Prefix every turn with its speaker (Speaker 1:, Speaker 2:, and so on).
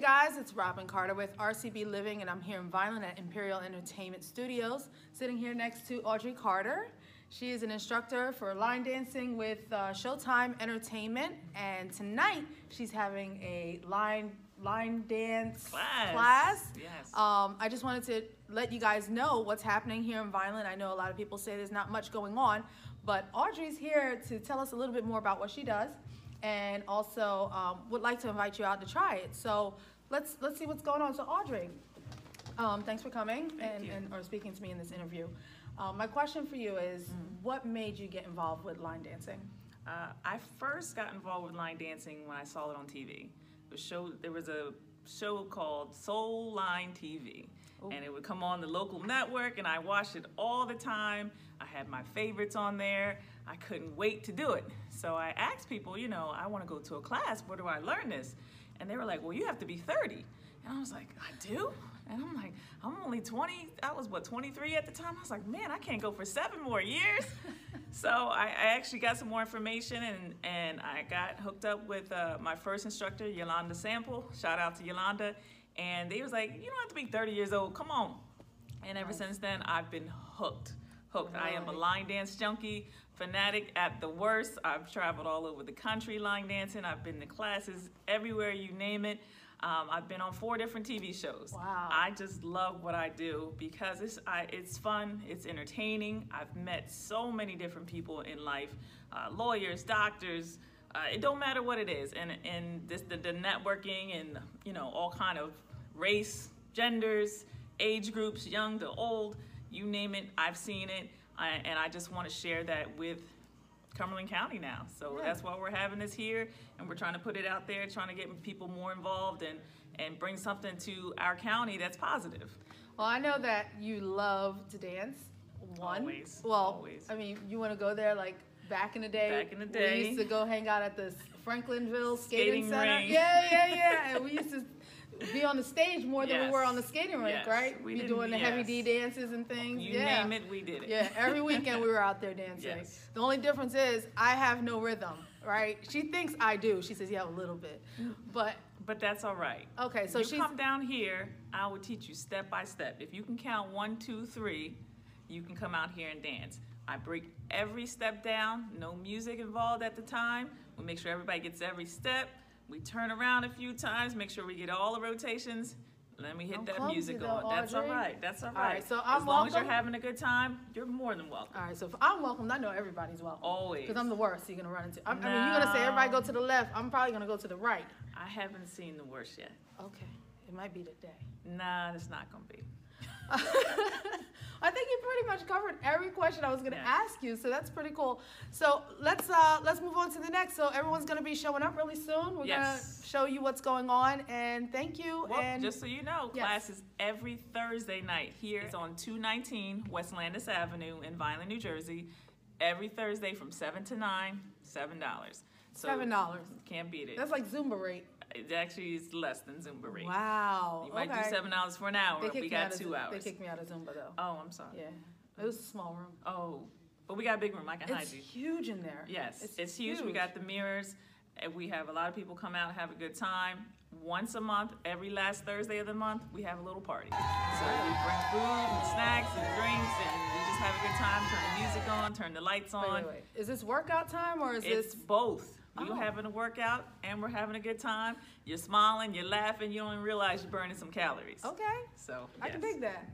Speaker 1: guys, it's Robin Carter with RCB Living, and I'm here in Vineland at Imperial Entertainment Studios, sitting here next to Audrey Carter. She is an instructor for line dancing with uh, Showtime Entertainment, and tonight she's having a line line dance
Speaker 2: Class.
Speaker 1: class.
Speaker 2: Yes.
Speaker 1: Um, I just wanted to let you guys know what's happening here in Vineland. I know a lot of people say there's not much going on, but Audrey's here to tell us a little bit more about what she does, and also um, would like to invite you out to try it. So let's let's see what's going on. So Audrey, um, thanks for coming and,
Speaker 2: you.
Speaker 1: and or speaking to me in this interview. Um, my question for you is, what made you get involved with line dancing?
Speaker 2: Uh, I first got involved with line dancing when I saw it on TV. The show there was a show called Soul Line TV, and it would come on the local network, and I watched it all the time. I had my favorites on there. I couldn't wait to do it. So I asked people, you know, I want to go to a class. Where do I learn this? And they were like, Well, you have to be 30. And I was like, I do? And I'm like, I'm only 20. I was, what, 23 at the time? I was like, man, I can't go for seven more years. so I, I actually got some more information and, and I got hooked up with uh, my first instructor, Yolanda Sample. Shout out to Yolanda. And they was like, you don't have to be 30 years old. Come on. And ever since then, I've been hooked. Hooked. I am a
Speaker 1: Right.
Speaker 2: line dance junkie, fanatic at the worst. I've traveled all over the country line dancing. I've been to classes everywhere you name it. Um, I've been on four different TV shows.
Speaker 1: Wow.
Speaker 2: I just love what I do because it's I, it's fun, it's entertaining. I've met so many different people in life, uh, lawyers, doctors. Uh, it don't matter what it is, and and this the, the networking and you know all kind of race, genders, age groups, young to old, you name it. I've seen it, I, and I just want to share that with Cumberland County now. So
Speaker 1: Yeah.
Speaker 2: that's why we're having this here, and we're trying to put it out there, trying to get people more involved and and bring something to our county that's positive.
Speaker 1: Well, I know that you love to dance. One.
Speaker 2: Always,
Speaker 1: Well,
Speaker 2: always.
Speaker 1: I mean, you want to go there like back in the day.
Speaker 2: Back in the
Speaker 1: We
Speaker 2: day.
Speaker 1: used to go hang out at the Franklinville Skating,
Speaker 2: Skating
Speaker 1: Center.
Speaker 2: rink.
Speaker 1: Yeah, yeah, yeah. and we used to be on the stage more than we were
Speaker 2: Yes.
Speaker 1: on the skating rink,
Speaker 2: Yes.
Speaker 1: right?
Speaker 2: We
Speaker 1: be
Speaker 2: didn't-
Speaker 1: doing the heavy
Speaker 2: yes.
Speaker 1: D dances and things.
Speaker 2: You
Speaker 1: yeah.
Speaker 2: name it, we did it.
Speaker 1: Yeah, every weekend we were out there dancing.
Speaker 2: Yes.
Speaker 1: The only difference is I have no rhythm, right? She thinks I do. She says, "Yeah, a little bit," but
Speaker 2: But that's all right.
Speaker 1: okay. So
Speaker 2: Mm. you
Speaker 1: she's
Speaker 2: come down here, I will teach you step by step. If you can count one, two, three, you can come out here and dance. I break every step down, no music involved at the time. We make sure everybody gets every step. We turn around a few times, make sure we get all the rotations. Then we hit
Speaker 1: I'm
Speaker 2: that
Speaker 1: clumsy
Speaker 2: music
Speaker 1: though,
Speaker 2: on. That's all
Speaker 1: Audrey.
Speaker 2: right. That's all
Speaker 1: All
Speaker 2: right.
Speaker 1: right, so
Speaker 2: as
Speaker 1: I'm
Speaker 2: long as
Speaker 1: welcome?
Speaker 2: you're having a good time, you're more than welcome.
Speaker 1: all right. So if I'm welcomed, I know everybody's welcome.
Speaker 2: Always.
Speaker 1: Because I'm the worst you're gonna run into. I'm, I mean, you're gonna say everybody go to the left. I'm probably gonna go to the right.
Speaker 2: I haven't seen the worst yet.
Speaker 1: Okay, it might be today.
Speaker 2: Nah, that's not gonna be.
Speaker 1: I think you pretty much covered every question I was gonna
Speaker 2: Yes.
Speaker 1: ask you, so that's pretty cool. So let's uh, let's move on to the next. So everyone's gonna be showing up really soon. We're
Speaker 2: Yes.
Speaker 1: gonna show you what's going on, and thank you.
Speaker 2: Well,
Speaker 1: and
Speaker 2: just so you know,
Speaker 1: Yes.
Speaker 2: class is every Thursday night here. It's on 219 West Landis Avenue in Vineland, New Jersey. Every Thursday from 7 to 9, $7. So
Speaker 1: seven dollars.
Speaker 2: Can't beat it.
Speaker 1: That's like Zumba rate.
Speaker 2: It actually is less than Zumba rate.
Speaker 1: Wow.
Speaker 2: You might
Speaker 1: okay.
Speaker 2: do $7 for an hour.
Speaker 1: They
Speaker 2: if
Speaker 1: kicked
Speaker 2: we
Speaker 1: me
Speaker 2: got
Speaker 1: out of
Speaker 2: two
Speaker 1: Zumba-
Speaker 2: hours.
Speaker 1: They kicked me out of Zumba though.
Speaker 2: Oh, I'm sorry.
Speaker 1: Yeah, it was a small room.
Speaker 2: Oh, but we got a big room. I can hide
Speaker 1: It's
Speaker 2: you.
Speaker 1: huge in there.
Speaker 2: Yes, it's, huge. We got the mirrors, and we have a lot of people come out have a good time. Once a month, every last Thursday of the month, we have a little party. So we bring food and snacks and drinks, and we just have a good time. Turn the music on, turn the lights
Speaker 1: Wait,
Speaker 2: on.
Speaker 1: wait, wait. Is this workout time or is
Speaker 2: It's
Speaker 1: this?
Speaker 2: both. We're
Speaker 1: Oh.
Speaker 2: having a workout and we're having a good time. You're smiling, you're laughing, you don't even realize you're burning some calories.
Speaker 1: Okay,
Speaker 2: So
Speaker 1: Oh. I can
Speaker 2: yes.
Speaker 1: dig that.